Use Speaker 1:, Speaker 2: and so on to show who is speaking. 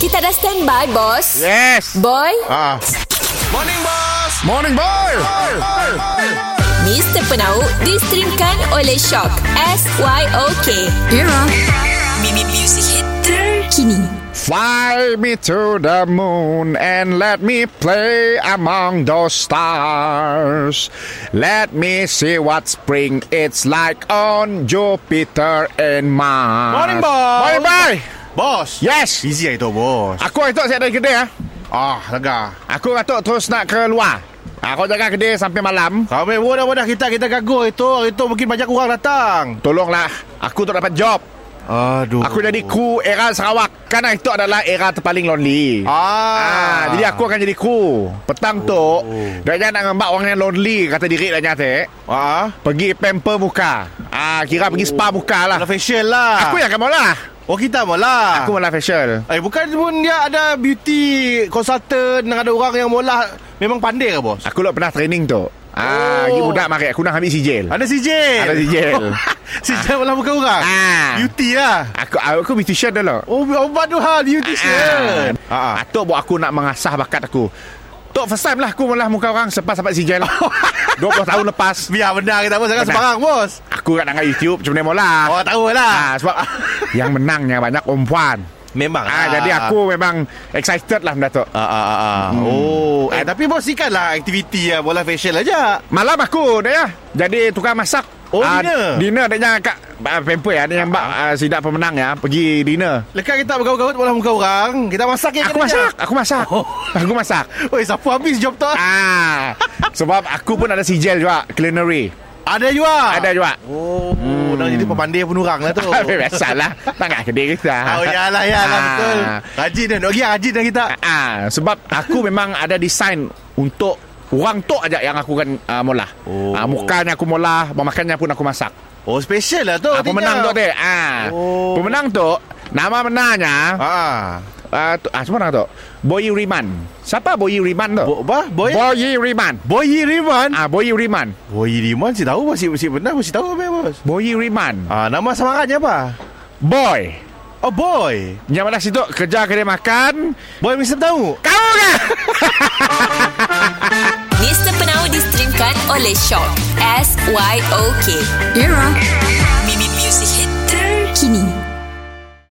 Speaker 1: Kita dah standby, bos.
Speaker 2: Ya. Yes.
Speaker 1: Boy,
Speaker 2: Ah.
Speaker 3: Morning Boss
Speaker 2: Morning boy.
Speaker 1: Mr. Penau distrimkan oleh Shock. S-Y-O-K. Era. Mimi Music Hit terkini.
Speaker 2: Fly me to the moon and let me play among those stars. Let me see what spring it's like on Jupiter and Mars.
Speaker 3: Morning boss
Speaker 2: Ah. Morning lah boy.
Speaker 3: Boss
Speaker 2: Yes.
Speaker 3: Busy hari tu bos
Speaker 2: Aku atuk saya dari kedai ah.
Speaker 3: Ah lega
Speaker 2: Aku atuk terus nak keluar. Aku jaga kedai sampai malam.
Speaker 3: Kami pun dah dah kita kita gaguh itu Hari tu mungkin banyak orang datang
Speaker 2: Tolonglah Aku tak dapat job
Speaker 3: Aduh
Speaker 2: Aku jadi kru era Sarawak Kan itu adalah era terpaling lonely
Speaker 3: Ah,
Speaker 2: Ah, jadi aku akan jadi kru Petang oh. tu Danya nak ngembak orang yang lonely Kata diri Danya teh
Speaker 3: ah,
Speaker 2: Pergi pamper muka Ah, Kira pergi spa muka lah
Speaker 3: Lah facial lah
Speaker 2: Aku yang akan maulah
Speaker 3: Oh kita mula
Speaker 2: Aku maulah facial
Speaker 3: Eh bukan pun dia ada beauty consultant Dengan ada orang yang mula Memang pandai ke bos?
Speaker 2: Aku lah pernah training tu Ah,
Speaker 3: Oh.
Speaker 2: oh. budak mari aku nak ambil sijil.
Speaker 3: Ada CJ
Speaker 2: Ada sijil.
Speaker 3: CJ mula bukan orang
Speaker 2: Ah.
Speaker 3: Beauty lah
Speaker 2: aku ah, aku beautician dulu.
Speaker 3: Oh obat tu hal beautician
Speaker 2: Ah. Atuk buat aku nak mengasah bakat aku. Tok first time lah aku malah muka orang selepas sampai sijil. 20 tahun lepas.
Speaker 3: Biar benda kita bos Jangan
Speaker 2: Benar.
Speaker 3: sembarang bos
Speaker 2: Aku kat dengan YouTube Cuma demo lah
Speaker 3: Oh tahu lah
Speaker 2: ah, Sebab Yang menangnya banyak perempuan
Speaker 3: Memang
Speaker 2: ah, Jadi aku memang Excited lah benda tu
Speaker 3: ah, ah, ah, ah. Oh eh, Tapi bos ikan lah aktiviti ya, Bola facial aja
Speaker 2: Malam aku dia ya. Jadi tukang masak
Speaker 3: Oh,
Speaker 2: Ah,
Speaker 3: dinner.
Speaker 2: Dinner dia yang kat ah, Pemper ya Dia yang bak ah, Sidak pemenang ya Pergi dinner
Speaker 3: Lekat kita bergaut-gaut Bola muka orang Kita masak ya
Speaker 2: Aku masak Aku masak
Speaker 3: Oh.
Speaker 2: Aku masak
Speaker 3: Oi siapa habis job tu
Speaker 2: Ah, Sebab aku pun ada sijil juga Culinary
Speaker 3: Ada juga
Speaker 2: Ada juga
Speaker 3: Oh hmm. Dah jadi pemandai pun orang lah tu
Speaker 2: Biasalah Tak nak kedai kita
Speaker 3: Oh ya lah ya lah
Speaker 2: Ah.
Speaker 3: betul Rajin dan Okey rajin dan kita
Speaker 2: Ah, sebab aku memang ada design untuk orang tok aja yang aku kan uh, molah.
Speaker 3: Oh.
Speaker 2: Ah, mukanya aku molah, makannya pun aku masak.
Speaker 3: Oh special lah tu
Speaker 2: ah, pemenang tu dia. Ah.
Speaker 3: Oh.
Speaker 2: Pemenang tu nama menanya
Speaker 3: Ah,
Speaker 2: ah, tu, ah siapa nama tu? Boyi Riman. Siapa Boyi Riman tu?
Speaker 3: Bo, bah, boy,
Speaker 2: Boyi Riman.
Speaker 3: boy Riman.
Speaker 2: Ah, Boyi Riman.
Speaker 3: Boy Riman si tahu masih masih benar masih tahu apa bos.
Speaker 2: Boyi Riman.
Speaker 3: Ah, nama samarannya apa?
Speaker 2: Boy.
Speaker 3: Oh boy.
Speaker 2: Yang mana situ kerja kedai makan.
Speaker 3: Boy mesti tahu.
Speaker 2: Kamu kan?
Speaker 1: Mr. Penau distrimkan oleh Shock. S-Y-O-K. Era.